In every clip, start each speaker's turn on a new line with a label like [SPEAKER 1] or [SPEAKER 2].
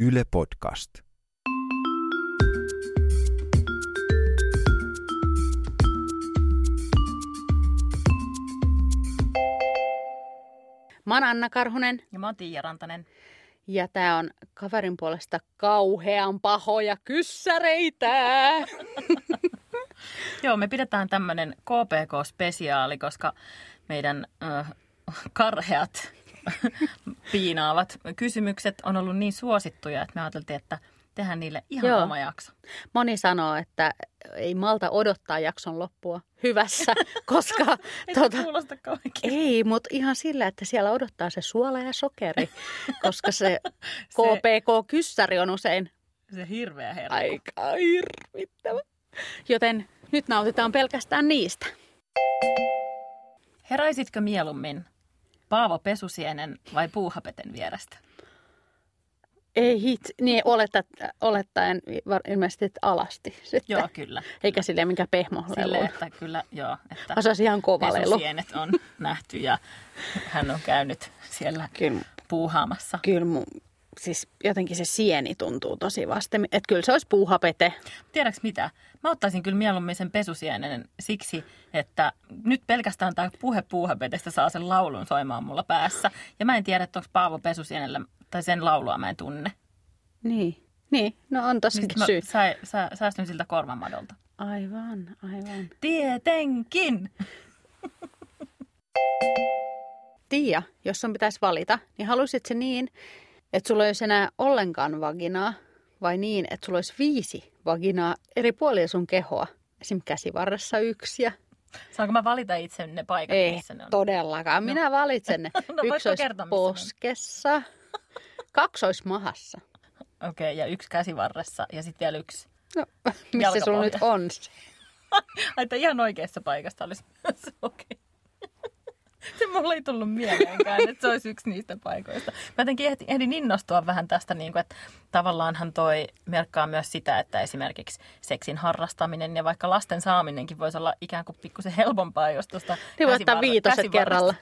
[SPEAKER 1] Yle Podcast.
[SPEAKER 2] Mä oon Anna Karhunen
[SPEAKER 3] Ja mä oon Tiia Rantanen.
[SPEAKER 2] ja tää on kaverin puolesta kauhean pahoja kyssäreitä.
[SPEAKER 3] Joo, me pidetään tämmönen KPK-spesiaali, koska meidän äh, karheat piinaavat kysymykset on ollut niin suosittuja, että me ajateltiin, että tehdään niille ihan
[SPEAKER 2] Joo.
[SPEAKER 3] Joo. oma jakso.
[SPEAKER 2] Moni sanoo, että ei malta odottaa jakson loppua hyvässä, koska
[SPEAKER 3] Ei
[SPEAKER 2] tota,
[SPEAKER 3] tota... kuulosta kaikki.
[SPEAKER 2] ei, mutta ihan sillä, että siellä odottaa se suola ja sokeri, koska se KPK-kyssäri on usein
[SPEAKER 3] Se hirveä herkku.
[SPEAKER 2] aika hirvittävä. Joten nyt nautitaan pelkästään niistä.
[SPEAKER 3] Heräisitkö mieluummin Paavo Pesusienen vai Puuhapeten vierestä?
[SPEAKER 2] Ei hit, niin olettat, olettaen var- ilmeisesti, että alasti sitten.
[SPEAKER 3] Joo, kyllä.
[SPEAKER 2] Eikä silleen mikä pehmohlelu.
[SPEAKER 3] Sille,
[SPEAKER 2] Silleen,
[SPEAKER 3] että kyllä, joo. Että
[SPEAKER 2] Osas ihan kovalelu.
[SPEAKER 3] Pesusienet on nähty ja hän on käynyt siellä
[SPEAKER 2] Kyllä,
[SPEAKER 3] puuhaamassa.
[SPEAKER 2] kyllä mun, siis jotenkin se sieni tuntuu tosi vasta. Että kyllä se olisi puuhapete.
[SPEAKER 3] Tiedäks mitä? Mä ottaisin kyllä mieluummin sen pesusienen siksi, että nyt pelkästään tämä puhe puuhapedestä saa sen laulun soimaan mulla päässä. Ja mä en tiedä, että onko Paavo Pesusienellä, tai sen laulua mä en tunne.
[SPEAKER 2] Niin. Niin, no on
[SPEAKER 3] Niin sit
[SPEAKER 2] tossakin
[SPEAKER 3] mä
[SPEAKER 2] syy.
[SPEAKER 3] sä, sä, säästyn siltä korvamadolta.
[SPEAKER 2] Aivan, aivan.
[SPEAKER 3] Tietenkin!
[SPEAKER 2] Tiia, jos sun pitäisi valita, niin haluaisit se niin, että sulla ei olisi enää ollenkaan vaginaa, vai niin, että sulla olisi viisi vaginaa eri puolilla sun kehoa? Esim. käsivarressa yksi ja...
[SPEAKER 3] Saanko mä valita itse ne paikat,
[SPEAKER 2] Ei
[SPEAKER 3] missä ne on?
[SPEAKER 2] todellakaan, minä valitsen ne.
[SPEAKER 3] No
[SPEAKER 2] yksi
[SPEAKER 3] voitko
[SPEAKER 2] olisi
[SPEAKER 3] kertoa, missä ne on?
[SPEAKER 2] poskessa, kaksi olisi mahassa.
[SPEAKER 3] Okei, okay, ja yksi käsivarressa ja sitten vielä yksi.
[SPEAKER 2] No, missä sulla nyt
[SPEAKER 3] Jalkapohja.
[SPEAKER 2] on? se?
[SPEAKER 3] Ai, että ihan oikeassa paikassa olisi myös okei. Se mulle ei tullut mieleenkään, että se olisi yksi niistä paikoista. Mä jotenkin ehdin, ehdin innostua vähän tästä, niin kuin, että tavallaanhan toi merkkaa myös sitä, että esimerkiksi seksin harrastaminen ja vaikka lasten saaminenkin voisi olla ikään kuin pikkusen helpompaa, jos tuosta
[SPEAKER 2] Niin voi ottaa
[SPEAKER 3] käsivarre-
[SPEAKER 2] viitoset
[SPEAKER 3] käsivarresta-
[SPEAKER 2] kerralla.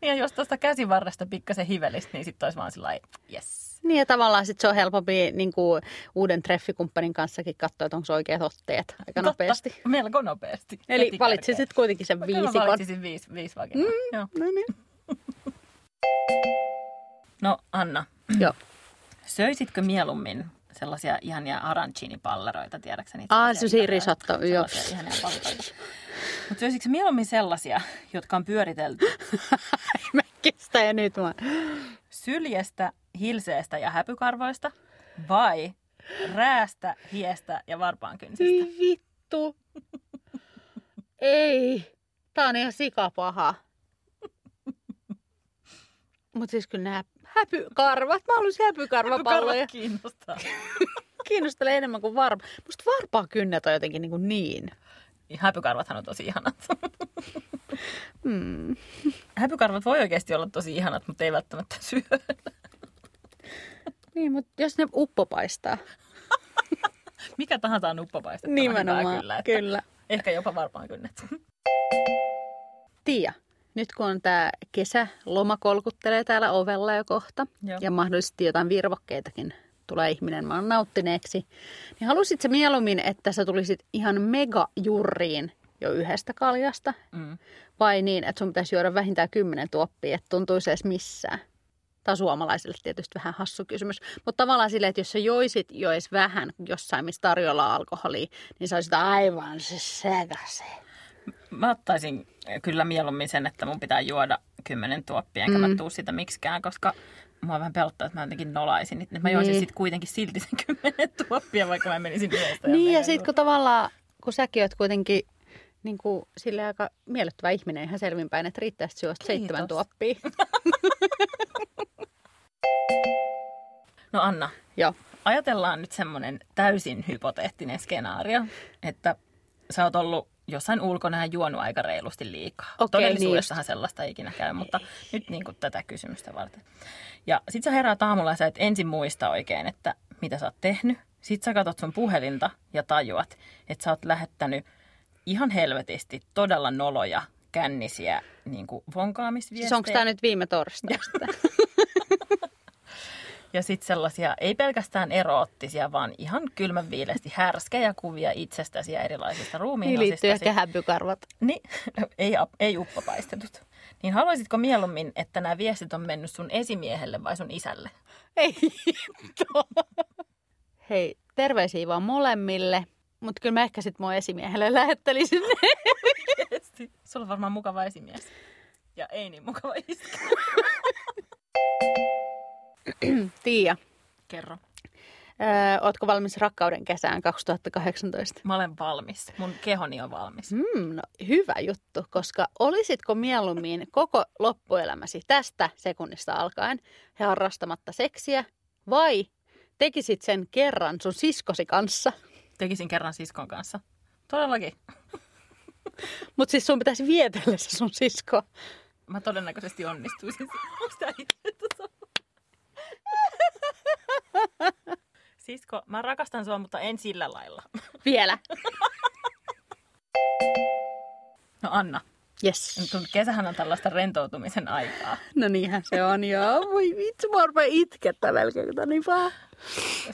[SPEAKER 3] Niin ja jos tuosta käsivarresta pikkasen hivelistä, niin sitten olisi vaan sillä yes.
[SPEAKER 2] Niin ja tavallaan sit se on helpompi niin kuin uuden treffikumppanin kanssakin katsoa, että onko oikeat otteet aika
[SPEAKER 3] Totta,
[SPEAKER 2] nopeasti.
[SPEAKER 3] Melko nopeasti.
[SPEAKER 2] Eli
[SPEAKER 3] Heti kärkeen.
[SPEAKER 2] valitsisit kuitenkin sen
[SPEAKER 3] Kyllä mä
[SPEAKER 2] viisikon.
[SPEAKER 3] valitsisin viisi, viisi vaginaa. Mm. Joo.
[SPEAKER 2] No niin.
[SPEAKER 3] No Anna,
[SPEAKER 2] Joo.
[SPEAKER 3] Söisitkö mieluummin sellaisia ihania arancini-palleroita, tiedäksä niitä?
[SPEAKER 2] Aa,
[SPEAKER 3] sellaisia
[SPEAKER 2] sellaisia
[SPEAKER 3] ihania-
[SPEAKER 2] risotto, joo.
[SPEAKER 3] sellaisia ihania palleroita. Mutta söisitkö mieluummin sellaisia, jotka on pyöritelty
[SPEAKER 2] Mä kestä ja nyt vaan.
[SPEAKER 3] syljestä, hilseestä ja häpykarvoista vai räästä, hiestä ja varpaankynsistä?
[SPEAKER 2] Ei vittu. Ei. Tää on ihan sikapaha. Mut siis kyllä nämä häpykarvat. Mä haluaisin häpykarvapalloja.
[SPEAKER 3] Häpykarvat kiinnostaa.
[SPEAKER 2] Kiinnostelee enemmän kuin varpa. Musta varpaakynnet on jotenkin niin. Kuin niin.
[SPEAKER 3] Häpykarvathan on tosi ihanat. Hmm.
[SPEAKER 2] Mm.
[SPEAKER 3] Häpykarvat voi oikeasti olla tosi ihanat, mutta ei välttämättä syö.
[SPEAKER 2] Niin, mutta jos ne uppo paistaa.
[SPEAKER 3] Mikä tahansa Niin, on uppopaistettava. hyvää
[SPEAKER 2] Nimenomaan,
[SPEAKER 3] Kyllä, että
[SPEAKER 2] kyllä.
[SPEAKER 3] Ehkä jopa varpaankynnet.
[SPEAKER 2] Tiia, nyt kun on tämä kesä, loma kolkuttelee täällä ovella jo kohta
[SPEAKER 3] Joo.
[SPEAKER 2] ja mahdollisesti jotain virvokkeitakin tulee ihminen maan nauttineeksi, niin halusit sä mieluummin, että sä tulisit ihan megajurriin jo yhdestä kaljasta
[SPEAKER 3] Mm.
[SPEAKER 2] vai niin, että sun pitäisi juoda vähintään kymmenen tuoppia, että tuntuisi edes missään? Tämä on suomalaisille tietysti vähän hassu kysymys, mutta tavallaan silleen, että jos sä joisit jo edes vähän jossain, missä tarjolla on alkoholia, niin sä olisit aivan se sekaisin.
[SPEAKER 3] Mä ottaisin eh, kyllä mieluummin sen, että mun pitää juoda kymmenen tuoppia, enkä mm. mä tuu sitä miksikään, koska mua vähän pelottaa, että mä jotenkin nolaisin. Että mä joisin
[SPEAKER 2] Niin.
[SPEAKER 3] niin. sitten kuitenkin silti sen kymmenen tuoppia, vaikka mä menisin yöstä.
[SPEAKER 2] Niin ja sitten kun tavallaan, kun säkin oot kuitenkin niin kuin, sille aika miellyttävä ihminen ihan selvinpäin, että riittää sit syöstä
[SPEAKER 3] Kiitos.
[SPEAKER 2] seitsemän tuoppia.
[SPEAKER 3] No Anna,
[SPEAKER 2] Joo.
[SPEAKER 3] ajatellaan nyt semmoinen täysin hypoteettinen skenaario, että sä oot ollut jossain ulkona ja juonut aika reilusti liikaa.
[SPEAKER 2] Okei,
[SPEAKER 3] Todellisuudessahan sellaista ei ikinä käy, mutta nyt niin kuin tätä kysymystä varten. Ja sit sä heräät aamulla ja sä et ensin muista oikein, että mitä sä oot tehnyt. Sit sä katot sun puhelinta ja tajuat, että sä oot lähettänyt ihan helvetisti todella noloja, kännisiä niin kuin vonkaamisviestejä.
[SPEAKER 2] Siis onko tämä nyt viime torstaista?
[SPEAKER 3] Ja sitten sellaisia, ei pelkästään eroottisia, vaan ihan kylmän viilesti härskejä kuvia itsestäsi ja erilaisista ruumiin
[SPEAKER 2] Niin liittyy ehkä
[SPEAKER 3] osistasi.
[SPEAKER 2] häpykarvat.
[SPEAKER 3] Niin, ei, ap- ei uppopaistetut. Niin haluaisitko mieluummin, että nämä viestit on mennyt sun esimiehelle vai sun isälle?
[SPEAKER 2] Ei hittoa. Hei, terveisiä vaan molemmille. Mutta kyllä mä ehkä sit mun esimiehelle lähettelisin ne.
[SPEAKER 3] Oikeesti. Sulla on varmaan mukava esimies. Ja ei niin mukava iskä.
[SPEAKER 2] Tiia,
[SPEAKER 3] Kerro.
[SPEAKER 2] öö, ootko valmis rakkauden kesään 2018?
[SPEAKER 3] Mä olen valmis. Mun kehoni on valmis.
[SPEAKER 2] Mm, no, hyvä juttu, koska olisitko mieluummin koko loppuelämäsi tästä sekunnista alkaen harrastamatta seksiä vai tekisit sen kerran sun siskosi kanssa?
[SPEAKER 3] Tekisin kerran siskon kanssa. Todellakin.
[SPEAKER 2] Mutta siis sun pitäisi vietellä se sun sisko.
[SPEAKER 3] Mä todennäköisesti onnistuisin. Onks tää itse sama? Sisko, mä rakastan sua, mutta en sillä lailla.
[SPEAKER 2] Vielä.
[SPEAKER 3] No Anna,
[SPEAKER 2] Yes.
[SPEAKER 3] nyt on- kesähän on tällaista rentoutumisen aikaa.
[SPEAKER 2] No niinhän se on, joo. Voi vitsi, mua rupeaa itkettä melkein, kun tää on niin paha.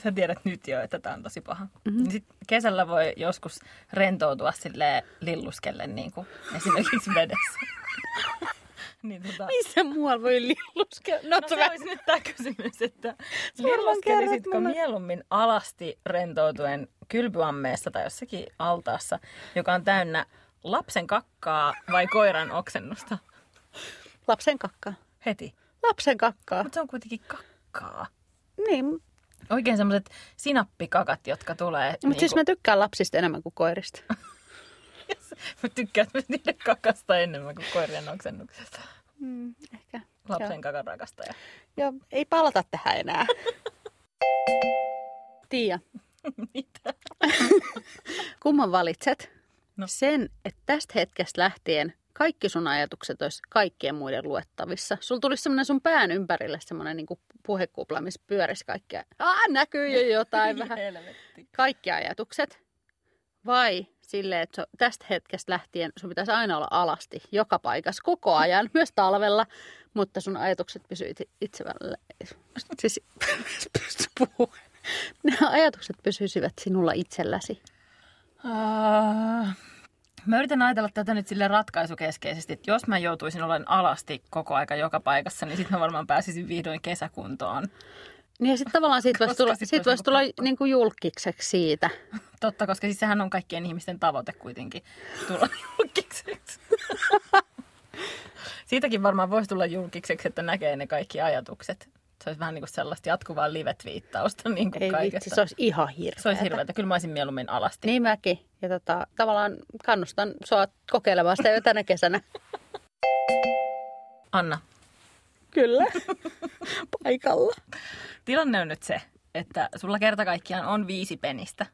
[SPEAKER 3] Sä tiedät nyt jo, että tää on tosi paha. Mm-hmm. Sit kesällä voi joskus rentoutua sille lilluskelle niin kuin esimerkiksi vedessä. niin tota...
[SPEAKER 2] Missä muualla voi lilluskella? No,
[SPEAKER 3] No
[SPEAKER 2] se
[SPEAKER 3] se olisi nyt tämä kysymys, että
[SPEAKER 2] varmaan kerrot
[SPEAKER 3] lilluskelisitko
[SPEAKER 2] mulle.
[SPEAKER 3] mieluummin alasti rentoutuen kylpyammeessa tai jossakin altaassa, joka on täynnä lapsen kakkaa vai koiran oksennusta?
[SPEAKER 2] Lapsen kakkaa.
[SPEAKER 3] Heti.
[SPEAKER 2] Lapsen kakkaa.
[SPEAKER 3] Mutta se on kuitenkin kakkaa.
[SPEAKER 2] Niin,
[SPEAKER 3] Oikein semmoiset sinappikakat, jotka tulee... niinku-
[SPEAKER 2] mutta siis mä tykkään lapsista enemmän kuin koirista.
[SPEAKER 3] Mä tykkään myös niiden kakasta enemmän kuin koirien oksennuksesta.
[SPEAKER 2] Mm, ehkä.
[SPEAKER 3] Lapsen kakan rakastaja.
[SPEAKER 2] Joo, ei palata tähän enää. Tiia,
[SPEAKER 3] Mitä?
[SPEAKER 2] kumman valitset?
[SPEAKER 3] No.
[SPEAKER 2] No. Sen, että tästä hetkestä lähtien kaikki sun ajatukset olisi kaikkien muiden luettavissa. Sulla tulisi semmoinen sun pään ympärille semmoinen niin puhekupla, missä pyörisi kaikkia. Aa, näkyy jo jotain vähän.
[SPEAKER 3] Helvetti.
[SPEAKER 2] Kaikki ajatukset. Vai sille, että su- tästä hetkestä lähtien sun pitäisi aina olla alasti joka paikassa koko ajan, myös talvella, mutta sun ajatukset pysyy itsevällä. Siis pysty puhumaan. Ne ajatukset pysyisivät sinulla itselläsi.
[SPEAKER 3] Ah, Mä yritän ajatella tätä nyt sille ratkaisukeskeisesti, että jos mä joutuisin olemaan alasti koko aika joka paikassa, niin sitten mä varmaan pääsisin vihdoin kesäkuntoon.
[SPEAKER 2] Niin ja sitten tavallaan siitä voisi
[SPEAKER 3] Koska
[SPEAKER 2] tulla,
[SPEAKER 3] sit
[SPEAKER 2] sit
[SPEAKER 3] voisi
[SPEAKER 2] vois tulla
[SPEAKER 3] olla
[SPEAKER 2] niin kuin julkikseksi siitä.
[SPEAKER 3] Totta, koska siis sehän on kaikkien ihmisten tavoite kuitenkin tulla julkiseksi. Siitäkin varmaan voisi tulla julkiseksi, että näkee ne kaikki ajatukset. Se olisi vähän niin kuin sellaista jatkuvaa live-twiittausta niin kuin
[SPEAKER 2] Ei
[SPEAKER 3] kaikesta.
[SPEAKER 2] vitsi, se olisi ihan hirveä.
[SPEAKER 3] se olisi hirveätä. Kyllä mä olisin mieluummin alasti.
[SPEAKER 2] Niin mäkin. Ja tota, tavallaan kannustan sua kokeilemaan sitä jo tänä kesänä.
[SPEAKER 3] Anna,
[SPEAKER 2] Kyllä. Paikalla.
[SPEAKER 3] Tilanne on nyt se, että sulla kerta kaikkiaan on viisi penistä.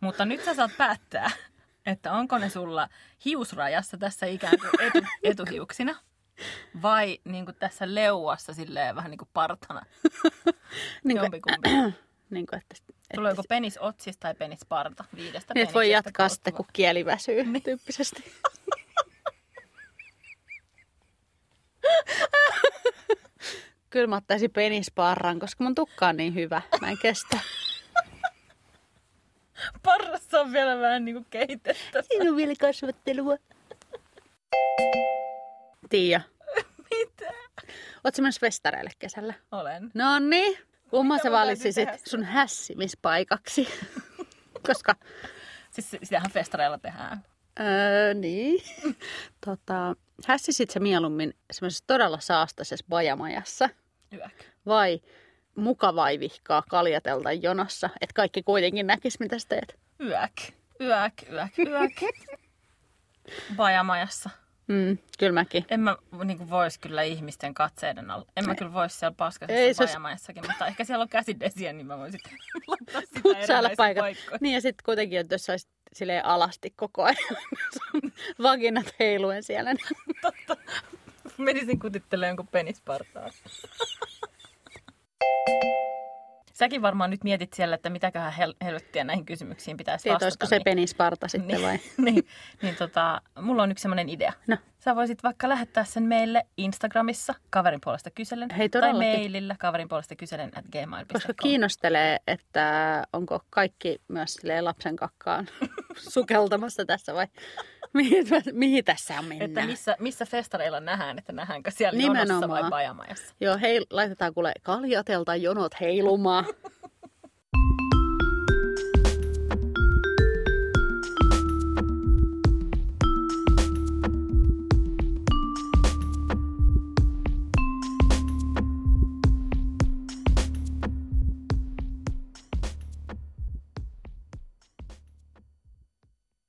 [SPEAKER 3] Mutta nyt sä saat päättää, että onko ne sulla hiusrajassa tässä ikään kuin etu, etuhiuksina vai niin kuin tässä leuassa silleen vähän niin kuin partana.
[SPEAKER 2] Niin kuin,
[SPEAKER 3] Jompikumpi.
[SPEAKER 2] niin kuin, että, että
[SPEAKER 3] Tuleeko penis otsis tai penis parta viidestä
[SPEAKER 2] Niin, että voi
[SPEAKER 3] peniksestä
[SPEAKER 2] jatkaa sitä, kun
[SPEAKER 3] koostuva?
[SPEAKER 2] kieli väsyy niin. tyyppisesti. Kyllä mä ottaisin penisparran, koska mun tukka on niin hyvä. Mä en kestä.
[SPEAKER 3] Parrassa on vielä vähän niin kuin kehitettä.
[SPEAKER 2] Siinä on vielä kasvattelua. Tiia,
[SPEAKER 3] Mitä?
[SPEAKER 2] ootko menossa festareille kesällä?
[SPEAKER 3] Olen.
[SPEAKER 2] No niin, kumman
[SPEAKER 3] Mitä
[SPEAKER 2] sä
[SPEAKER 3] mun täytyy
[SPEAKER 2] valitsisit
[SPEAKER 3] tehdä?
[SPEAKER 2] sun hässimispaikaksi? koska
[SPEAKER 3] Siis se- sitähän festareilla tehdään.
[SPEAKER 2] Öö, niin. Tota, hässisit sä mieluummin semmoisessa todella saastaisessa bajamajassa
[SPEAKER 3] Yök.
[SPEAKER 2] vai mukavaivihkaa kaljatelta jonossa, että kaikki kuitenkin näkis mitä sä teet?
[SPEAKER 3] Yök. Yök, yök, yök. Bajamajassa.
[SPEAKER 2] Mm, kyllä mäkin.
[SPEAKER 3] En mä niin vois kyllä ihmisten katseiden alla. En mä kyllä vois siellä
[SPEAKER 2] Ei
[SPEAKER 3] paskaisessa
[SPEAKER 2] se-
[SPEAKER 3] pajamajassakin, mutta ehkä siellä on käsidesiä, niin mä voin sitten laittaa sitä
[SPEAKER 2] Putsailla
[SPEAKER 3] erilaisiin
[SPEAKER 2] paikat.
[SPEAKER 3] paikkoihin.
[SPEAKER 2] Niin ja sitten kuitenkin, että jos sä olisit silleen alasti koko ajan, sun vaginat heiluen siellä. niin-
[SPEAKER 3] Menisin kutittelemaan jonkun penispartaa. Säkin varmaan nyt mietit siellä, että mitäköhän hel- helvettiä näihin kysymyksiin pitäisi
[SPEAKER 2] Tiedät,
[SPEAKER 3] vastata.
[SPEAKER 2] olisiko se penisparta sitten
[SPEAKER 3] niin,
[SPEAKER 2] vai?
[SPEAKER 3] niin, niin tota, mulla on yksi sellainen idea.
[SPEAKER 2] No.
[SPEAKER 3] Sä voisit vaikka lähettää sen meille Instagramissa kaverin puolesta kyselen.
[SPEAKER 2] Hei,
[SPEAKER 3] tai
[SPEAKER 2] todellakin.
[SPEAKER 3] mailillä kaverin puolesta kyselen at gmail.com.
[SPEAKER 2] Koska kiinnostelee, että onko kaikki myös silleen lapsen kakkaan sukeltamassa tässä vai mihin, mihin tässä on mennään.
[SPEAKER 3] Että missä, missä festareilla nähdään, että nähdäänkö siellä jonossa vai
[SPEAKER 2] Nimenomaan.
[SPEAKER 3] pajamajassa.
[SPEAKER 2] Joo, hei, laitetaan kuule kaljatelta jonot heilumaan.